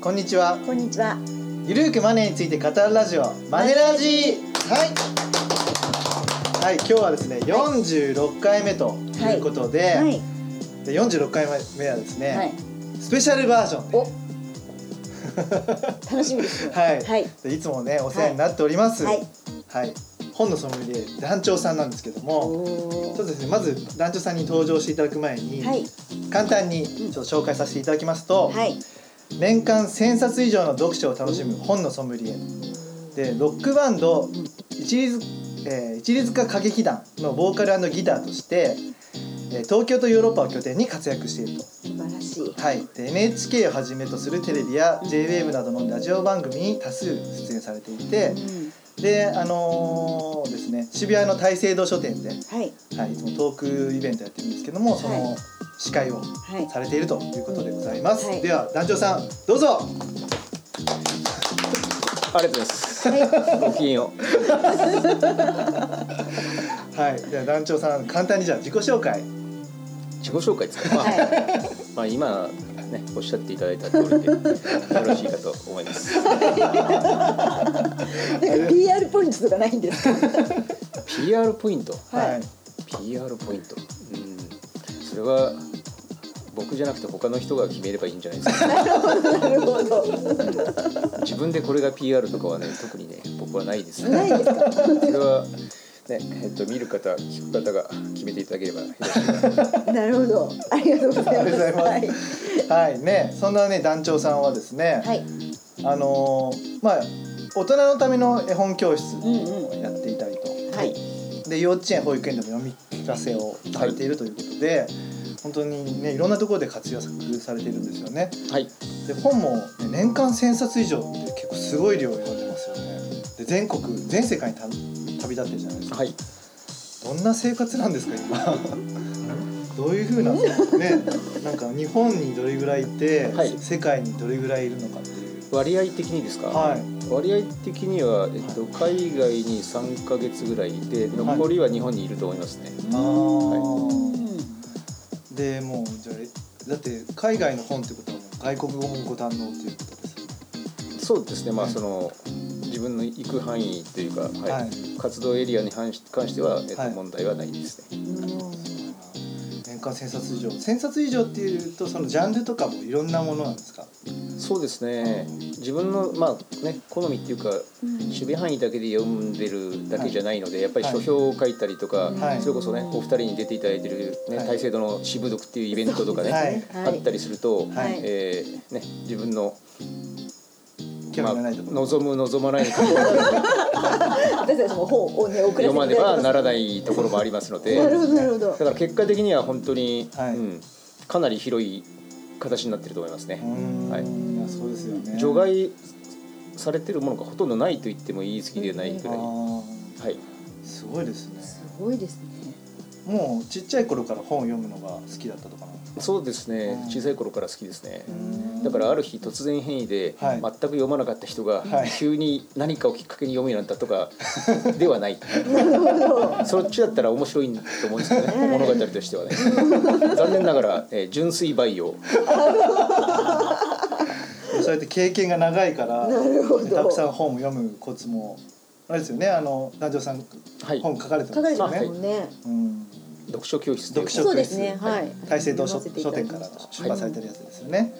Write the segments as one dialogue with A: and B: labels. A: こんにちは
B: こんにちは。
A: ゆるーくマネーについて語るラジオマネラジはいはい今日はですね46回目ということで,、
B: はい。
A: で46回目はですね、
B: はい。
A: スペシャルバージョンで
B: お。楽しみですね。
A: はい
B: はい。
A: でいつもねお世話になっております
B: はい。
A: はい本のソムリエ団長さんなんですけどもちょ
B: お
A: っとですねまず団長さんに登場していただく前に、
B: ーはい。
A: 簡単にちょっと紹介させていただきますと、
B: はい。
A: 年間1,000冊以上の読書を楽しむ本のソムリエでロックバンド一律,、えー一律家歌劇団のボーカルギターとして、えー東京とヨーロッパを拠点に活躍していると、
B: 素晴らしい。
A: はい、で NHK をはじめとするテレビや JWAVE などのラジオ番組に多数出演されていて
B: うん
A: であのーですね渋谷の大聖堂書店で、
B: はい。
A: はい、いつもトークイベントやってるんですけどもそ
B: は
A: の司会を
B: はい。
A: されているということでございます、
B: はい
A: では団長さんどうぞ
C: ありがとうございます。ごきげんよう。
A: はいでは団長さん簡単にじゃあ自己紹介
C: 自己紹介ですか。ま あ、
B: はい。
C: まあ、今ね、おっしゃっていただいた通りで、よろしいかと思います。
B: なんか PR ポイントとかないんですか。
C: PR ポイント。
B: はい
C: PR ポイント。うん。それは僕じゃなくて他の人が決めればいいんじゃないですか。
B: なるほど。
C: 自分でこれが PR とかはね、特にね、僕はないです。
B: ないですか。
C: それは。ね、えっと、見る方、聞く方が決めていただければよろしいかな。
B: なるほど。ありがとうございます。
A: ありがとうございはいねそんなね団長さんはですね、
B: はい。はい。
A: あのーまあ大人のための絵本教室
B: うん
A: をやっていたりと、
B: はい。
A: で幼稚園保育園でも読み聞かせをされているということで、本当にねいろんなところで活躍されているんですよね
C: はい。
A: で本も、ね、年間1,000冊以上って結構すごい量を読んでますよねで全国全世界にた旅立ってるじゃないですか、
C: はい。
A: どんな生活なんですか今どういうふうなんですかねなんか日本にどれぐらいいて、
C: はい
A: 世界にどれぐらいいるのかっていう
C: 割合的にですか。
A: はい
C: 割合的には、えっと、海外に3ヶ月ぐらいいて残りは日本にいると思いますね、
A: あー
B: うん
A: でもうじゃあえだって海外の本ってことはもう外国語もご堪能っていうことですよね
C: そうですねまあ
A: はい
C: その自分の行く範囲というか、はい
A: はい
C: 活動エリアに関し関しては、えっと
A: はい
C: 問題はないですね
A: 年間1,000冊以上1,000冊以上っていうとそのジャンルとかもいろんなものなんですか
C: そうですね自分のまあね好みっていうか
B: うん
C: 守備範囲だけで読んでるだけじゃないので、やっぱり
A: はい
C: 書評を書いたりとか、
A: はい
C: それこそねお二人に出ていただいてる、ね
A: はい
C: 大聖堂の「渋読」っていうイベントとかね、
A: はい
C: あったりすると、
A: はい
C: えーね、自分の
A: 興味がないところ、
C: 望む望まない ところを
B: 私たちも本をね送らせ
C: 読ま
B: て
C: ね
B: いただ
C: ば
B: き
C: な
B: ま
C: らないところもありますの
B: す。
C: で
B: なる
C: だ
B: ほどなるほど。
C: から結果的には本当に、
A: はい
C: うん、かなり広い形になってると思いますね。
A: うん、、
C: はいい
A: やそうですよね
C: 除外されてるものがほとんどないと言っても言い過ぎでないぐ
A: あ
C: らい、は
A: ー
C: い、
A: すごいですね
B: すごいですね。
A: もうちっちゃい頃から本を読むのが好きだったとかなんですか
C: そうですね
A: うん
C: 小さい頃から好きですね。
B: ん
C: だからある日突然変異で
A: はい
C: 全く読まなかった人が
A: はい
C: 急に何かをきっかけに読むようになったとかではないそっちだったら面白いと思うんですよね物語としてはね残念ながら、えー純粋培養
A: そうやって経験が長いから
B: なるほど
A: たくさん本を読むコツもあれですよねあの男女さん、
C: はい
A: 本書かれて
B: 書
A: ま
B: か
A: す
B: れて
A: よね、
B: ますもんね。
A: うん、
C: 読書教室という
A: 読書
B: そうですね。はい。
A: 大聖堂書
B: 読ませてい
A: 書
B: ただ
A: 店
B: き
A: から出
B: ました
A: 版されてるやつですよね、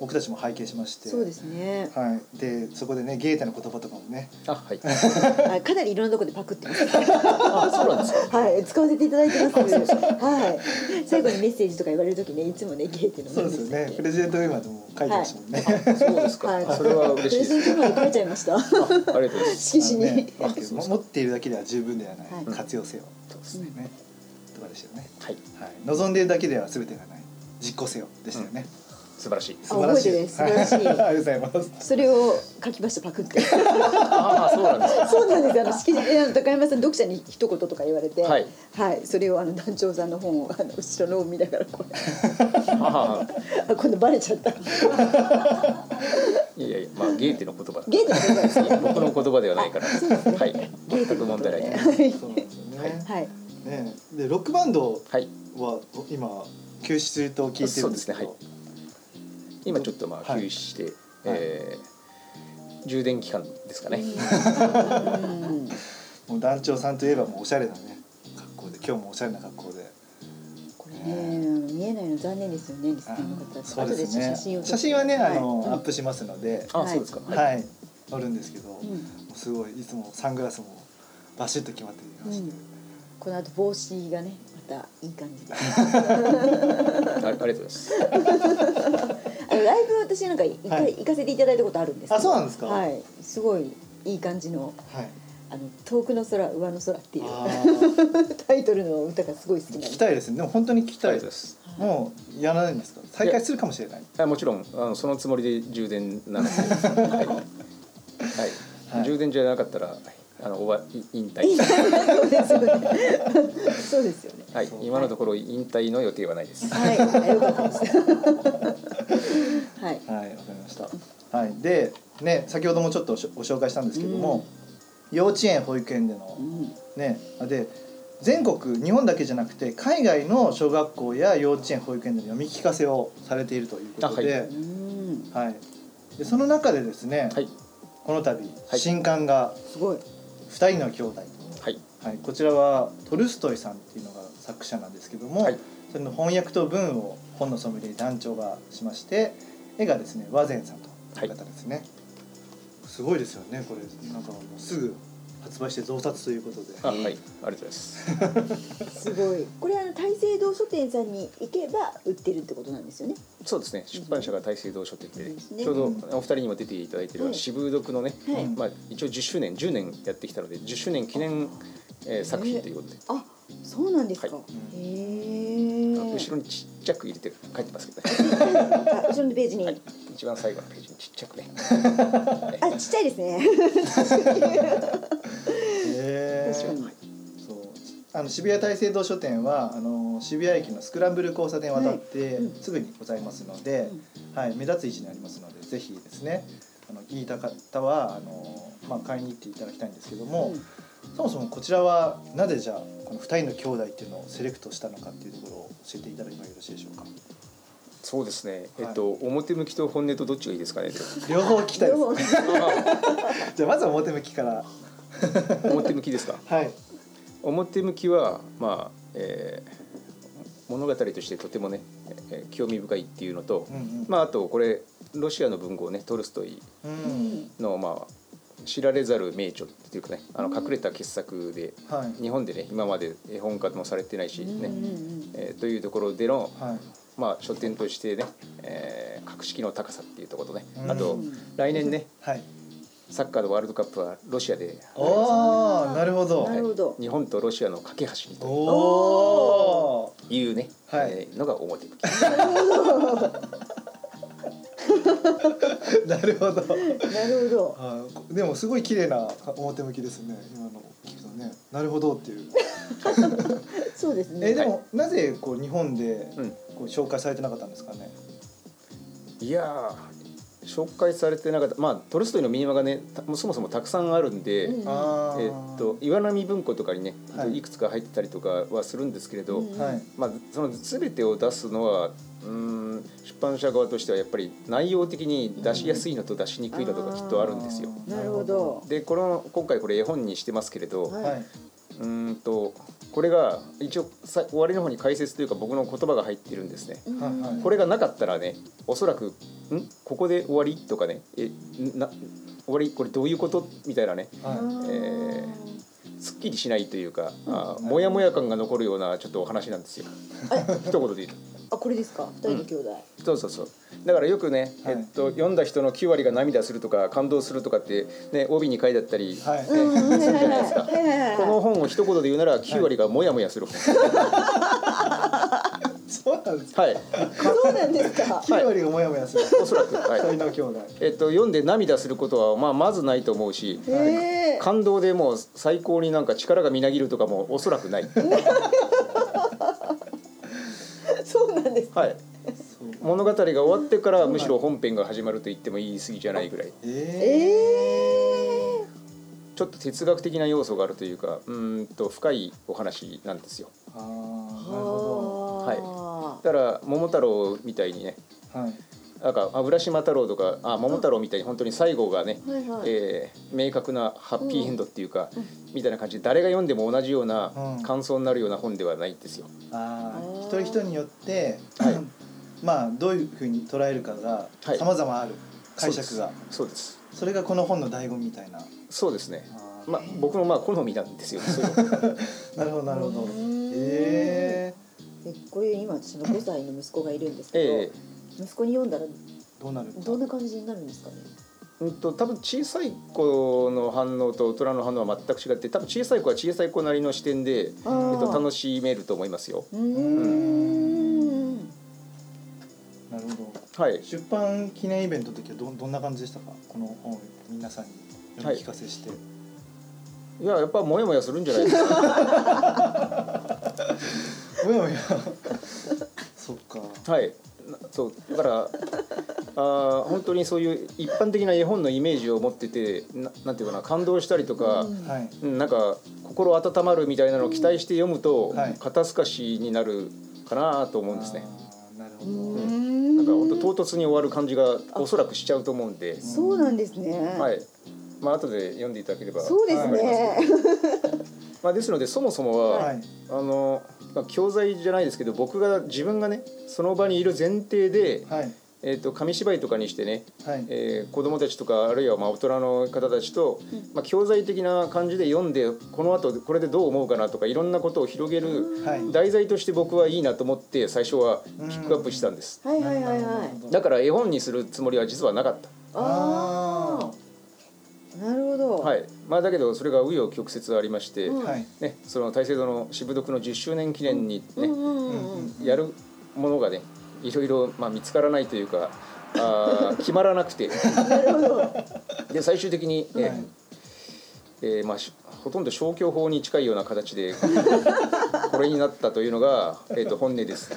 A: 僕たちも拝見しまして
B: そうですね。
A: はい、でそこでねゲーテの言葉とかもね
C: あはい
B: はいかなりいろんなところでパクってます。
C: あそうなんですか
B: はい、使わせていただいてます。はい、最後にメッセージとか言われるときね、いつもね、ゲーテの
A: そうですよねプレゼントウーマンでも書いてましたもんね、
C: そうですか、
B: はい
C: それは
B: プレ
C: 嬉しい
B: ゼ
C: で
B: ン
C: す
B: トまで書いちゃいました。
C: あありがとうございます
B: 色紙に。
A: あのね
C: あそうです
A: 持っているだけでは十分ではない、
B: はい
A: 活用性を
C: そうです
A: ね
C: ね、
A: とかでしたよね、
C: はい
A: はい、望んでいるだけでは全てがない実行せよでしたよね、
C: 素晴らしい
A: 素晴らしい
B: 覚えてる素晴らし い
A: ありがとうございます
B: それを書きました、パクって。
C: ああそうなんですか
B: そうなんですよ。あの、色紙えあの高山さん、読者に一言とか言われて。
C: はい。
B: はい、それをあの団長さんの本をあの後ろのを見ながらこれ
C: あ
B: あ今度バレちゃった
C: いやいやいやまあゲーテの言葉
B: ゲーテの言葉ですね
C: 僕の言葉ではないからはい全く問題ない
B: はい
A: そうなんですよね,、
B: はい
A: ねでロックバンド
C: はい
A: は今休止すると聞いてるんですけど
C: そうですね今ちょっとまあ
A: はい
C: 休止してえー充電期間ですかね。
B: うん
A: もう団長さんといえばもうおしゃれなね格好で今日もおしゃれな格好で
B: これね、あの見えないの残念ですよね、リスナーの方。
A: そうです
B: 後
A: ね
B: 写真を撮って
A: 写真はねあの、
B: はい
A: アップしますので
C: あ、
B: はい
C: そうですか。
A: はい、
C: はい。
A: 撮るんですけど、
B: う
A: もう
B: ん
A: すごいいつもサングラスもバシッと決まっていまして、
B: この後帽子がね、またいい感じで。
C: あありがとうございます。
B: あのライブ私なんか一回、
A: はい
B: 行かせていただいたことあるんですけど
A: あそうなんですか
B: はいすごいいい感じの
A: はい
B: あの遠くの空上の空っていう
A: あー
B: タイトルの歌がすごい好きなん
A: 聞
B: で
A: き
B: す
A: たいですねでも本当に聞き
C: あ
A: た
C: り
A: い
C: がとう
A: で
C: ございますす。
A: もうやらないんですか再開するかもしれない
C: はい、もちろんあのそのつもりで充電なので、はいはい
A: はい
C: 充電じゃなかったらあのおわい引
B: いい
C: 退
B: なそうですよね そうですよね
C: はい
A: そう
C: 今のところ引退の予定はないです。
B: はいあよかったです はい
A: はいわかりましたはいでね先ほどもちょっとご紹介したんですけども、幼稚園保育園での
B: うん
A: ねで全国日本だけじゃなくて海外の小学校や幼稚園保育園での読み聞かせをされているということで,、
B: うん
A: はいでその中でですね、
C: はい
A: この度、
C: はい
A: 新刊が
B: すごい
A: 「二人の兄弟
C: はい」
A: はい、こちらはトルストイさんっていうのが作者なんですけども、
C: はい
A: それの翻訳と文を本のソムリエ団長がしまして絵がですね和善さんという方ですね、すごいですよねこれなんかもうすぐ発売して増刷ということで
C: あはいありがとうございます。
B: すごいこれあの大聖堂書店さんに行けば売ってるってことなんですよね
C: そうですね出版社が大成堂書店
B: そう
C: で
B: ですね
C: ちょうどお二人にも出ていただいている
B: はい
C: 渋読のね、
B: はい
A: うん
C: まあ一応10周年10年やってきたので10周年記念、えー作品ということで。
B: あそうなんですか、
C: はい
B: へえ
C: 後ろにちっちゃく入れて書いてますけど、ね、
B: あ後ろのページに、
C: はい一番最後のページにちっちゃくね
B: あちっちゃいですね。
A: へー
B: 確かに。
A: そうあの渋谷大聖堂書店はあの渋谷駅のスクランブル交差点を渡って、
B: はいうん
A: すぐにございますので、はい、目立つ位置にありますのでぜひですねあの聞いた方はあの、まあ、買いに行っていただきたいんですけども、そもそもこちらはなぜじゃあこの2人の兄弟っていうのをセレクトしたのかっていうところを教えていただければよろしいでしょうか
C: そうですね、えっと表向きと本音とどっちがいいです かね
A: 両方聞きたいで
B: でも
A: す じゃあまずは表向きから
C: 表向きですか
A: はい
C: 表向きはまあ、えー物語としてとてもね、えー興味深いっていうのと、
A: うんうん
C: まああとこれロシアの文豪ねトルストイ
A: うん
C: のまあ知られざる名著っていうかねあの隠れた傑作で
A: はい
C: 日本でね今まで絵本化もされてないしね、
B: うんうん
C: えーというところでの、
A: はい
C: まあ、書店としてね、えー格式の高さっていうところとね
A: うん
C: あと来年ね
A: はい
C: サッカーのワールドカップはロシアで
A: おーなるほど
B: なるほど
C: 日本とロシアの架け橋
A: お
C: と
A: お
C: いうね、
A: はい
C: えーのが表向き
A: ー なるほど
B: うんなるほど。
A: あーこでもすごい綺麗な表向きですね今の聞くとねなるほどっていう
B: そうです
A: え
B: ね。
A: でもなぜこう日本で
C: うん
A: こう紹介されてなかったんですかね
C: いやー紹介されてなかったまあトルストイの民話がねたもうそもそもたくさんあるんで、
B: うん
A: あー
C: えっと岩波文庫とかにね、
A: はい
C: い、くつか入ってたりとかはするんですけれど、
B: うん
A: はい
C: まあ、その全てを出すのはうーん出版社側としてはやっぱり内容的に出しやすいのと出しにくいのとかきっとあるんですよ。
A: あー
B: なるほど。
C: でこの今回これ絵本にしてますけれど、
B: は
A: はい
C: うんーんとこれが一応さ終わりの方に解説というか僕の言葉が入ってるんですね。
B: うん
A: はいはい
C: これがなかったらねおそらく「んここで終わり?」とかね「えんな終わりこれどういうこと?」みたいなね
B: あ
A: は
B: ー
C: えすっきりしないというか、あー
A: うん
C: モヤモヤ感が残るようなちょっとお話なんですよ。 一言で言うと
B: あこれですか。二人の兄弟。
C: そうそうそうだからよくね、
A: はい
C: えっと、読んだ人の9割が涙するとか感動するとかって、ね、帯に書いてあったり、
A: はい
C: ね
B: うんうんはい
C: するじゃないですか。
B: はいはいはい
C: この本を一言で言うなら9割がモヤモヤする本。
A: いそうなんです
C: はい、
B: そうなんですか。
A: 9割がモヤモヤする
C: おそらく、はい
A: 二人の兄弟
C: えっと、読んで涙することは、まあ、まずないと思うし、
B: へえ。
C: 感動でもう最高になんか力がみなぎるとかもおそらくない。
B: そうなんです。
C: はい、
A: そう
C: 物語が終わってからむしろ本編が始まると言っても言い過ぎじゃないぐらい
A: え
B: ええ。
C: ちょっと哲学的な要素があるというかうーんと深いお話なんですよ
A: ーあーなるほ
B: は
C: だから桃太郎みたいにね
A: どはい
C: なんかあ浦島太郎とかあ桃太郎みたいに本当に最後がね、
B: はいはい。
C: えー明確なハッピーエンドっていうか、みたいな感じで誰が読んでも同じような
A: うん
C: 感想になるような本ではないんですよ。
A: ああ
B: あー
A: 一人一人によって、
C: はい
A: まあどういうふうに捉えるかが
C: はい
A: 様々ある、解釈が
C: そうです
A: それがこの本の醍醐味みたいな
C: そうですね。
A: あー
C: まあ僕のまあ好みなん ですよ。それは
A: なるほどなるほど
B: うーん
A: ええ
B: でこれ今私の5歳の息子がいるんですけど、
C: え
B: 息子に読んだら
A: どうなるか
B: どんな感じになるんですかね。
C: えうんと多分小さい子の反応と大人の反応は全く違って多分小さい子は小さい子なりの視点で、えっ
B: あー
C: と、楽しめると思いますよ。
B: うーん。
A: なるほど
C: はい
A: 出版記念イベントの時はどんどんな感じでしたかこの本を皆さんに読み聞かせして、
C: いややっぱモヤモヤするんじゃないですか。
A: おやおやそっか
C: はい。なそうだからあー本当にそういう一般的な絵本のイメージを持っててななんていうかな感動したりとか、
B: うん
A: はい
C: うんなんか心温まるみたいなのを期待して読むと、
A: はい
C: 肩透かしになるかなと思うんですね。
A: あーなるほ
B: う
A: ど、
B: ー
C: なん
B: ん
C: か本当唐突に終わる感じがおそらくしちゃうと思うんで、
B: そうなんですね。
C: はい。まあ後で読んでいただければ。
B: そうですね。
C: まあですのでそもそもは、
A: はい
C: あのまあ教材じゃないですけど僕が自分がねその場にいる前提で、
A: はい
C: えっ、と紙芝居とかにしてね、
A: はい
C: えー子供たちとかあるいはまあ大人の方たちと、まあ教材的な感じで読んでこの後これでどう思うかなとかいろんなことを広げる
A: はい
C: 題材として僕はいいなと思って最初はピックアップしたんです。
B: はいはいはいは
A: なる
B: い。
A: ほど
C: だから絵本にするつもりは実はなかった。
B: ああ。なるほど。
C: はい。まあだけどそれが紆余曲折ありまして、
B: うん
A: はい
C: ね、その大聖堂の渋読の10周年記念に
B: うん
C: ね、
B: うんうんうん。
C: やるものがね、いろいろまあ見つからないというか、あー 決まらなくて、
B: なるほど。
C: で最終的に、え
A: はい
C: えーまあしほとんど消去法に近いような形 でこれになったというのがえっ、と本音です。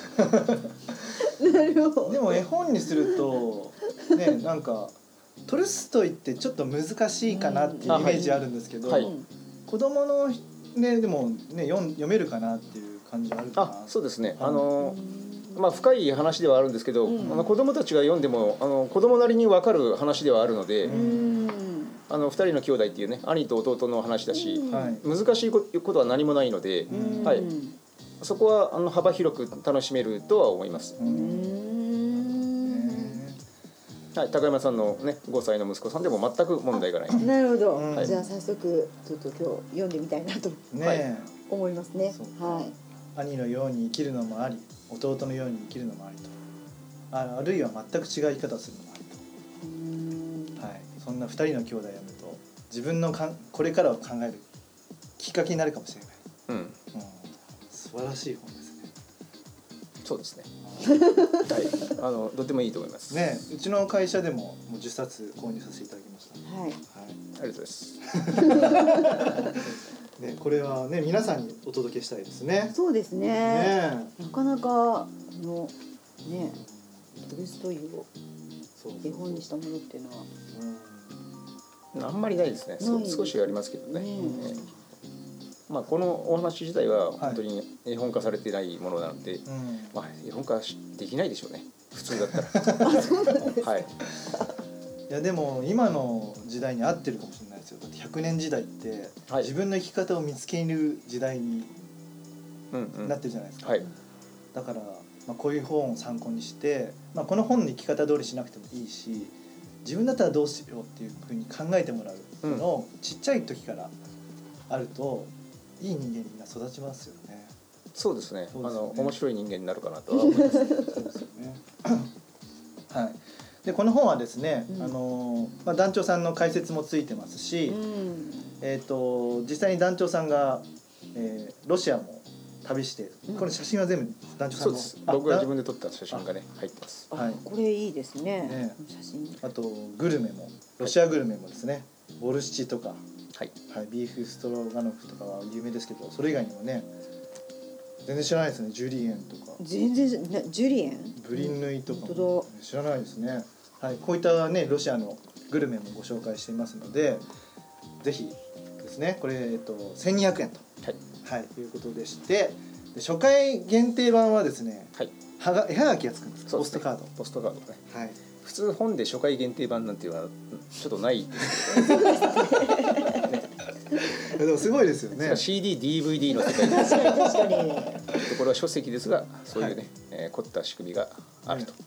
B: なるほど。
A: でも絵本にするとねなんかトルストイってちょっと難しいかなっていうイメージあるんですけど、
C: うんは
B: う
C: い
B: ん
A: 子供のねでもね読ん読めるかなっていう感じはあるかな
C: あ、そうですね。
A: うん
C: あのまあ深い話ではあるんですけど、
B: うん
C: あの子供たちが読んでもあの子供なりにわかる話ではあるので、
A: う
B: うーん。
C: あの二人の兄弟っていうね兄と弟の話だし、
B: うん
A: はい
C: 難しいこことは何もないので、
A: うん
C: はいうそこはあの幅広く楽しめるとは思います。
A: う
B: ー
A: ん
B: ん。
C: はい、高山さんのね5歳の息子さんでも全く問題がない。
B: なるほど、
A: うん
B: じゃあ早速ちょっと今日読んでみたいなと
A: ねえ、
B: 思いますね
A: そう。
B: は
A: 兄のように生きるのもあり弟のように生きるのもありとああるいは全く違う生き方をするのもあり
B: い。うーん
A: と、はい、そんな2人の兄弟を読むと自分のかんこれからを考えるきっかけになるかもしれない、
C: うん、
A: うん、素晴らしい本ですね
C: そうですね。はい、あのとてもいいと思います。
A: ねえうちの会社でももう10冊購入させていただきまし
B: はい。
A: た、は
C: ありがとうございます。
A: い、でこれはね皆さんにお届けしたいですね
B: そうですね。
A: ねえ
B: なかなかこのねドレストイを
A: そう
B: 絵本にしたものっていうのは
C: あんまりないですね。
B: な
C: そ
B: い
C: 少しありますけどね。
B: ね
C: ええまあこのお話自体は本当に絵本化されてないものなので、
A: うん、うん
C: まあ絵本化しできないでしょうね。普通だったら。はい。
A: いやでも今の時代に合ってるかもしれないですよだって100年時代って
C: はい
A: 自分の生き方を見つける時代に
C: うんうん。
A: なってるじゃないですか、
C: はい。
A: だから、まあ、こういう本を参考にして、まあ、この本の生き方通りしなくてもいいし自分だったらどうしようっていうふうに考えてもらうのをちっちゃい時からあるといい人間にみんな育ちますよね。
C: そうですね。
A: そうですね
C: あの面白い人間になるかなとは思います。
A: そうですよねはいでこの本はですね、
B: うん
A: あのまあ、団長さんの解説もついてますし、
B: うん
A: えー、と実際に団長さんが、えーロシアも旅して
B: うん
A: この写真は全部団長さ
C: そ
A: ん
C: う
A: の
C: です。
A: あ
C: 僕
A: だ
C: が自分で撮った写真がね入ってます。
B: あ
A: はい
B: これいいですね
A: ね
B: 写真
A: あとグルメもロシアグルメもですねボルシチとか、
C: はい。
A: はい、ビーフストロガノフとかは有名ですけどそれ以外にもね全然知らないですねジュリエンとか
B: 全然なジュリエン
A: ブリンヌイとか
B: うん本
A: も知らないですね、はい、こういったねロシアのグルメもご紹介していますのでぜひですねこれ、えっと、1200円と。
C: はい。
A: はい、ということでしてで初回限定版はですね
C: はい。
A: はが絵はがきがつくんです
C: そう
A: ポ
C: で
A: ス
C: すね
A: トカード
C: ポストカードね。
A: はい
C: 普通本で初回限定版なんていうのはちょっとないです
A: でもすごいですよね
C: が CDDVD の世界
B: 確かに確 かに。
C: ところは書籍ですがそういうね、
A: は
C: えー凝った仕組みがあると、
A: ね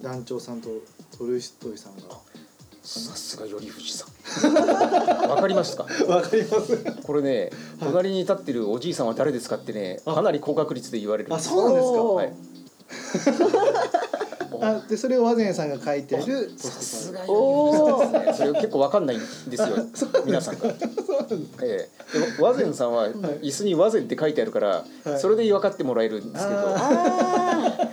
A: 団長さんとトルストイさんが
C: さすが頼藤さんわかりますか
A: わかります
C: これね隣に立ってるおじいさんは誰ですかってねかなり高確率で言われる
A: あそうなんですか
B: おー
C: はい
A: あでそれを和善さんが書いてるポ
C: さす
A: スト
C: が
B: お
C: 頼藤さんそれ結構わかんないんですよ 皆さんが。ええでも和善さんは椅子に和善って書いてあるから、
A: はい
C: それで分かってもらえるんですけど、
A: あ
B: あ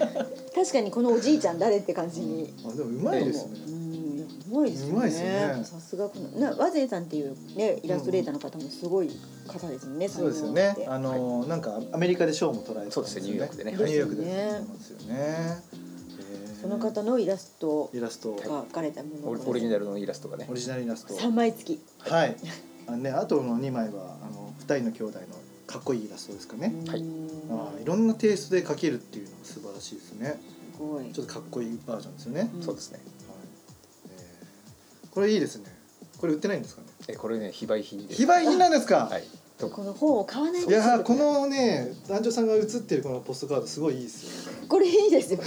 B: ー確かにこのおじいちゃん誰って感じに。
A: カーあでもうまいですね
B: うんうまいです
A: うま
B: よ
A: いです
B: ね
A: ね。
B: さすがこのな和善さんっていうねイラストレーターの方もすごい方ですもんね。
A: そうですよ
B: 才能
A: ね
B: って
A: あのー、なんかアメリカで賞も取られてたん
C: そうですねニューヨークでね
A: ニューヨークで
B: はい
A: 取られてますよね
B: その方のイラスト
A: イラスト
B: が描かれたもの
C: オリオリジナルのイラストがね
A: オリジナルイラスト
B: 三枚付き。
A: はいあのねあとの2枚はあの2人の兄弟のかっこいいイラストですかね
C: はい
B: うん
A: あーいろんなテイストで描けるっていうのが素晴らしいですね
B: すごい
A: ち。ょっとかっこいいバージョンですよね、
C: そうですね
A: はいえーこれいいですねこれ売ってないんですかね
C: えこれね非売品で
A: 非売品なんですか、
C: はい
B: うんこの本を買わない
A: いやーこのね男女さんが写ってるこのポストカードすごいいいですよね
B: これいいですよね。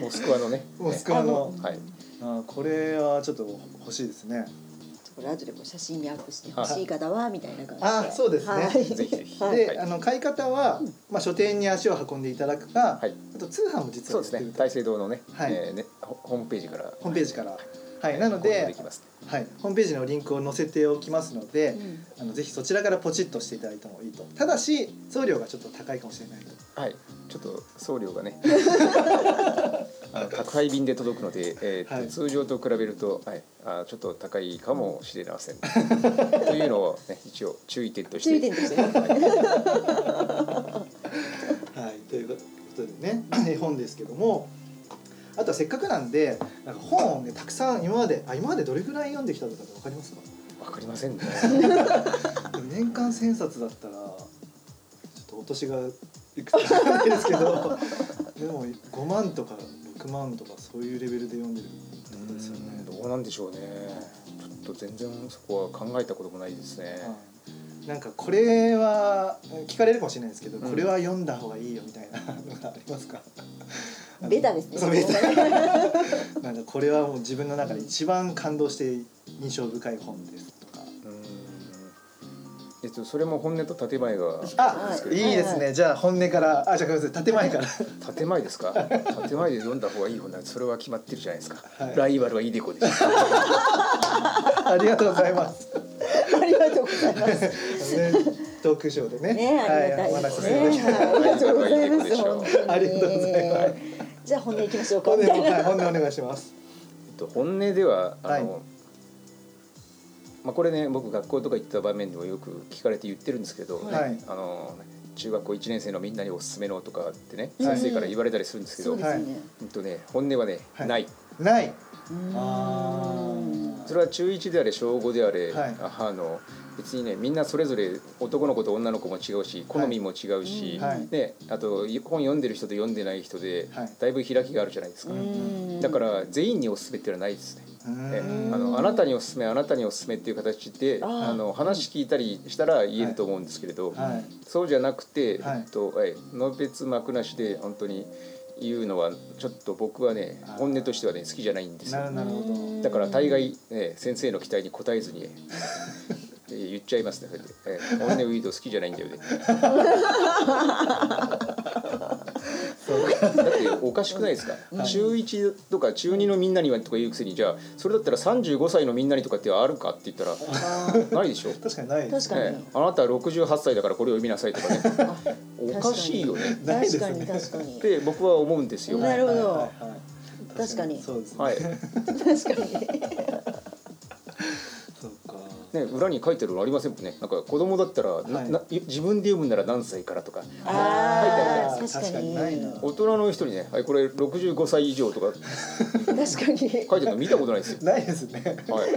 C: モスクワのね
A: モスクワの
C: ねはい
A: あーこれはちょっと欲しいですね
B: これ後でも写真にアップして欲しい方はみたいな感じで。
A: あそうですね
B: はい
C: ぜひぜひ
B: はい
A: で、
C: はい
A: あの買い方は、まあ、書店に足を運んでいただくか、
C: はい
A: あと通販も実
C: そ
A: はやっ
C: うです
A: てる
C: ね
A: と
C: 大聖堂のね,、
A: はい
C: えーねホホームページから
A: ホームページからはい、なの
C: 購入で
A: で
C: きます
A: はい、ホームページのリンクを載せておきますので、
B: うん
A: あのぜひそちらからポチッとしていただいてもいいとただし送料がちょっと高いかもしれないと
C: はいちょっと送料がね あの宅配便で届くので、えーと
A: はい
C: 通常と比べると、はい、あーちょっと高いかもしれ ませんというのを、ね、一応注意点とし
B: 注
C: て
B: 意点としてね。
A: はい、ということでね 絵本ですけどもあとはせっかくなんでなんか本をねたくさん今まであ今までどれぐらい読んできたのかって分かりますか
C: わかりませんね
A: でも年間1,000冊だったらちょっとお年がいくつかなんですけ どでも5万とか6万とかそういうレベルで読んでるってことですよね。
C: どうなんでしょうねちょっと全然そこは考えたこともないですね、
A: はいなんかこれは聞かれるかもしれないですけど、
C: うん
A: これは読んだ方がいいよみたいなのがありますか
B: ベタですね。
A: そうベ タなんかこれはもう自分の中で一番感動して印象深い本ですとか
C: うんえっとそれも本音と建前が
A: あ、
B: はい
A: い、いですね、じゃあ本音からあじゃあごめんなさい建前 から
C: 建前ですか建前で読んだ方がいい本なんてそれは決まってるじゃないですか、
A: はい
C: ライバルはいいでこです
A: ありがとうございます
B: ありがとうございます。
A: ね、トークショーでね。
B: ね、ありがたい
A: お
B: で
A: 話し
B: す
A: す
B: ね。
A: るだけ
B: はいありがとうございます。本当に
A: ありがとうございます。
B: じゃあ本音いきましょうか。
A: 本
B: み
A: 音
B: た
A: も
B: い
A: はい
B: な
A: 本音お願いします。
C: えっと本音ではあの、
A: はい
C: まあ、これね僕学校とか行った場面でもよく聞かれて言ってるんですけど、
A: はい
C: あの中学校1年生のみんなにおすすめのとかってね、
A: はい
C: 先生から言われたりするんですけ
B: そ
C: ど、
B: うですね。
C: うんとね、本音はね、
A: はい
C: ない
A: ない。
B: うーん
A: あ
C: それは中1であれ小5であれ、
A: はい
C: ああの別にねみんなそれぞれ男の子と女の子も違うし好みも違うし、
A: はいはい
C: ね、あと本読んでる人と読んでない人で、
A: はい
C: だいぶ開きがあるじゃないですか、
B: うーん
C: だから全員におすすめっていうのはないですね。
A: うーん
C: えあのあなたにおすすめあなたにおすすめっていう形で
B: あー
C: あの話聞いたりしたら言えると思うんですけれど、
A: はい。
C: そうじゃなくて、
A: はい
C: えっとはい、のべつ幕なしで本当に言うのはちょっと僕はね
A: あー
C: 本音としてはね好きじゃないんですよ
A: な。るなるほど。
B: うん
C: だから大概、えー先生の期待に応えずに、えー言っちゃいますね、それでえー本音ウィード好きじゃないんだよね。だっておかしくないですか、
A: はい
C: 中1とか中2のみんなにはとか言うくせにじゃあそれだったら35歳のみんなにとかってあるかって言ったら
B: あ
C: ないでしょ、
A: 確かにないです。
B: 確かに
C: ええあなたは68歳だからこれを読みなさいとかねおかしいよね
B: ー
A: ないです
B: 確
A: ね
B: かに確かに
C: っ。て僕は思うんですよ。
B: なるほど
A: はいはいはい
B: 確かに
A: そうですね。
C: はい
B: 確かに。
A: そうか。
C: ね、裏に書いてるのありませんもんねなんか子供だったら、な
A: はい
C: な自分で読むなら何歳からとか
B: あ
A: はい
B: あ確かに
A: 確かにないな
C: 大人の人にね、はい、これ65歳以上とか
B: 確かに
C: 書いてるの見たことないですよ。
A: ないですね。
C: はい、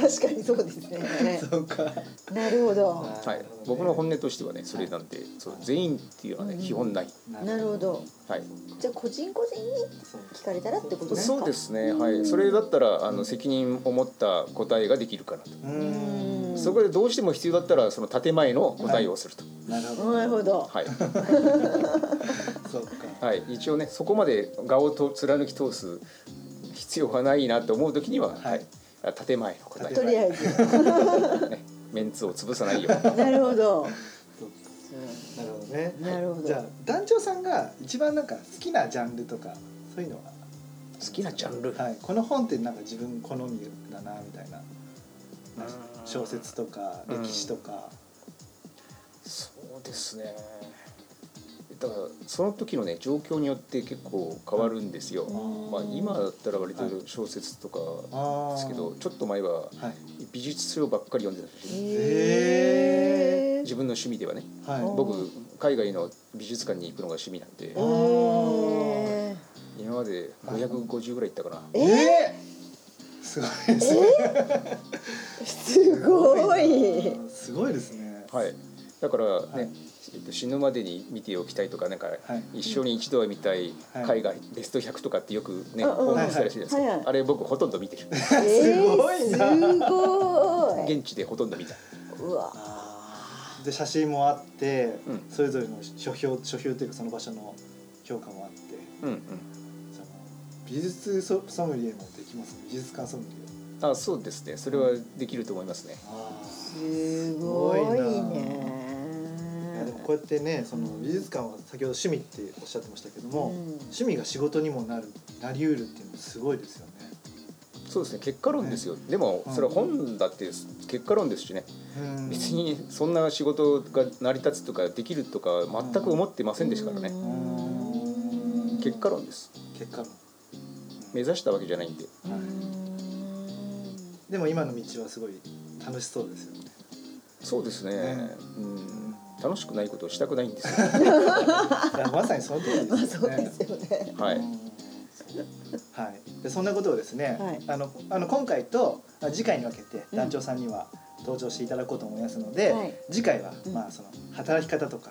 B: 確かにそうですね。
A: そうか。
B: なるほど。
A: はい
C: はい
A: ね
C: 僕の本音としてはねそれなんで、そう全員っていうのはね、
B: うん
C: 基本ない、
B: なるほど
C: はい、
B: じゃあ個人個人に
D: そう
B: 聞かれたらってことですか
C: そうですね、はい、それだったらあの責任を持った答えができるかなと、
A: う
B: う
A: ーん
B: ーん
C: そこでどうしても必要だったらその建前の答えをすると、
D: なるほど。
B: なるほど
C: はい
A: そっか
C: はい、一応ねそこまで顔をと貫き通す必要がないなと思う時には、
A: は
C: はいい、建前の答え
B: とりあえず
C: ね、メンツを潰さないように。
B: なるほど
D: そうなるほどね。
A: ね
B: なるほど
A: じゃあ団長さんが一番なんか好きなジャンルとかそういうのは
C: 好きなジャンル
A: はい、この本ってなんか自分好みだなみたいな
C: うん
A: 小説とか
C: うん
A: 歴史とか、
C: そうですねだからその時のね状況によって結構変わるんですよ、
A: うん
C: まあ、今だったら割と
A: はい
C: 小説とか
A: ああ
C: ですけど、ちょっと前は
A: はい
C: 美術書ばっかり読んでた
A: へ
C: し
B: え
C: 自分の趣味ではね
A: はい
B: うん
C: 僕海外の美術館に行くのが趣味なんで
A: あー
C: 今まで550ぐらい行ったかな
B: えー
A: えー、すごいですね
B: すごい
A: すごいですね
C: はいだからね、
A: はい
C: えっと死ぬまでに見ておきたいとかなんか
A: はい
C: 一生に一度は見たい
A: はい
C: 海外ベスト100とかってよくね
B: うんうん
C: 訪問したらしいですけ
B: はいはい
C: どあれ僕ほとんど見てる
A: すごいな
B: えーすごい
C: 現地でほとんど見た
B: うわ
A: あーで写真もあって、
C: うん
A: それぞれの書評書評というかその場所の評価もあって
C: うんうん
A: その美術ソソムリエもできますね美術館ソムリエ
C: あそうですねそれはできると思いますね
A: ああ
B: すごい
A: すごいいやでも
B: ね
A: こうやってねその美術館は先ほど趣味っておっしゃってましたけども、
B: うん
A: 趣味が仕事にもなるなりうるっていうのすごいですよね。
C: そうですね結果論ですよでもそれは本だって結果論ですしね
A: うん
C: 別にそんな仕事が成り立つとかできるとか全く思ってませんでしたからね
B: うん
C: 結果論です
A: 結果論
C: 目指したわけじゃないんで
B: う
A: はい
B: ん
A: でも今の道はすごい楽しそうですよね。
C: そうですね
A: ね
C: うん楽しくないことをしたくないんです よ
A: いやまさにその通り
B: まあ
A: です
B: そう
A: よね。
B: ですよね。
C: はい
A: うんはい、でそんなことをですね、
B: はい
A: あのあの今回とあ次回に分けて団長さんには登場していただこうと思いますので、
B: はい
A: 次回は、
B: うん
A: まあ、その働き方とか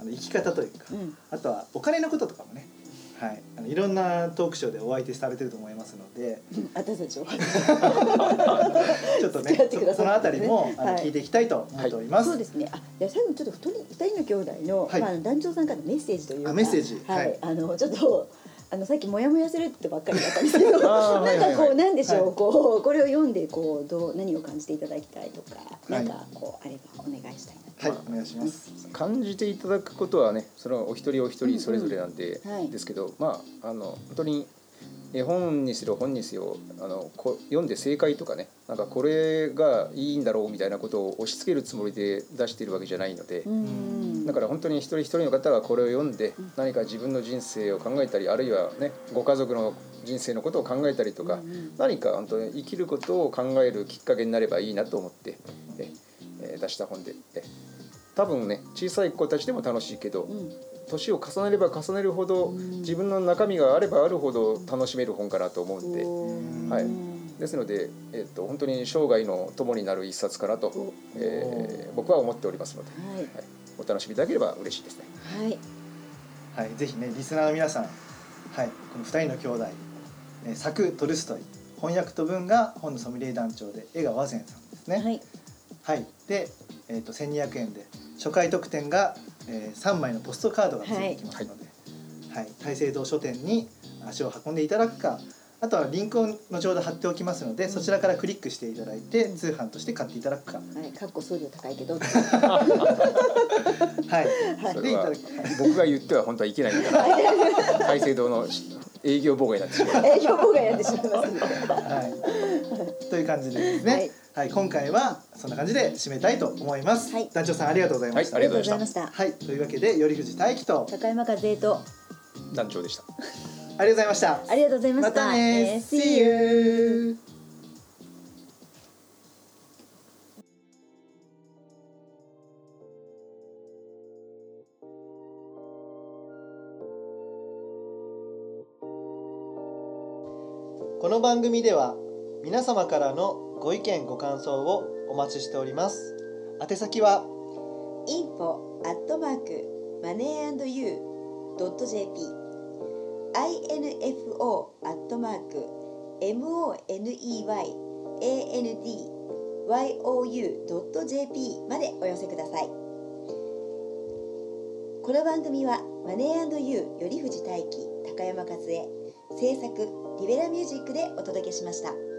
A: あの生き方というか、
B: うん、
A: あとはお金のこととかもね、はい、あのいろんなトークショーでお相手されてると思いますの で
B: 私たちは。
A: ちょっとね
B: 付き合ってく
A: そ
B: だ
A: その
B: さ
A: あ
B: って
A: た
B: る
A: り
B: ね
A: もあの、
B: はい
A: 聞いていきたいと思っております。
B: そうですね。あ、じゃあ最後にちょっと二人二人の兄弟の、
A: はい
B: まああの団長さんからのメッセージというか。
A: あメッセージ
B: はい。
A: はい
B: あのちょっとあのさっきモヤモヤするってばっかりだったんですけど、
C: あーはい
B: なんかこ
C: は
B: う
C: い
B: なんでしょう、
A: はい
B: こうこれを読んでこうどう何を感じていただきたいとか、
A: はい
B: なんかこうあればお願いしたいな。
A: はい、お願いします。
C: 感じていただくことはねそのお一人お一人それぞれなんで、
B: うんうんはい
C: ですけどまああの本当に絵本にしろ本にしろあのこ読んで正解とかねなんかこれがいいんだろうみたいなことを押し付けるつもりで出しているわけじゃないので、
B: うん
C: だから本当に一人一人の方がこれを読んで、何か自分の人生を考えたりあるいはねご家族の人生のことを考えたりとか、
B: うんうん
C: 何か本当に生きることを考えるきっかけになればいいなと思ってええ出した本でえ多分ね小さい子たちでも楽しいけど
B: うん
C: 年を重ねれば重ねるほど
B: うん
C: 自分の中身があればあるほど楽しめる本かなと思うんで。
B: おー
C: はいですので、えっと本当に生涯の友になる一冊かなと
B: お、
C: えー僕は思っておりますので、
B: はい
C: はい、お楽しみいただければ嬉しいですね。
B: はい。
A: はい、ぜひね、リスナーの皆さん、はい、この二人の兄弟、えー作トルストイ、翻訳と文が本のソムリエ団長で江川善さんですね。
B: はい。
A: はい、で、えー、と1200円で初回特典が、えー、3枚のポストカードがついてきますので、はい大聖堂書店に足を運んでいただくかあとはリンクを後ほど貼っておきますので、そちらからクリックしていただいて通販として買っていただくか、
B: はい、かっこ送料高いけど。 はい、
A: はい、
B: はい
C: そ
A: で
C: れ
A: いた
C: は
A: だく
C: 僕が言っては本当はいけない んだな。大聖堂の営業妨害になってしまう。
B: え、評価がやってしまいますので。
A: はい、という感じでですね、は
B: はいい
A: 今回はそんな感じで締めたいと思います、
B: はい
A: 団長さんありがとうございました、は
B: あり
A: い
B: がとうございました。
A: というわけで頼藤大樹と
B: 高山和恵と、
C: 団長でした。
A: ありがとうございました
B: ありがとうございました。
A: またね
B: えー
A: See youこの番組では皆様からのご意見ご感想をお待ちしております。宛先は
B: info at mark moneyandyou.jp info at mark moneyandyou.jp までお寄せくださいこの番組はマネーユー頼藤大輝高山和恵制作リベラミュージックでお届けしました。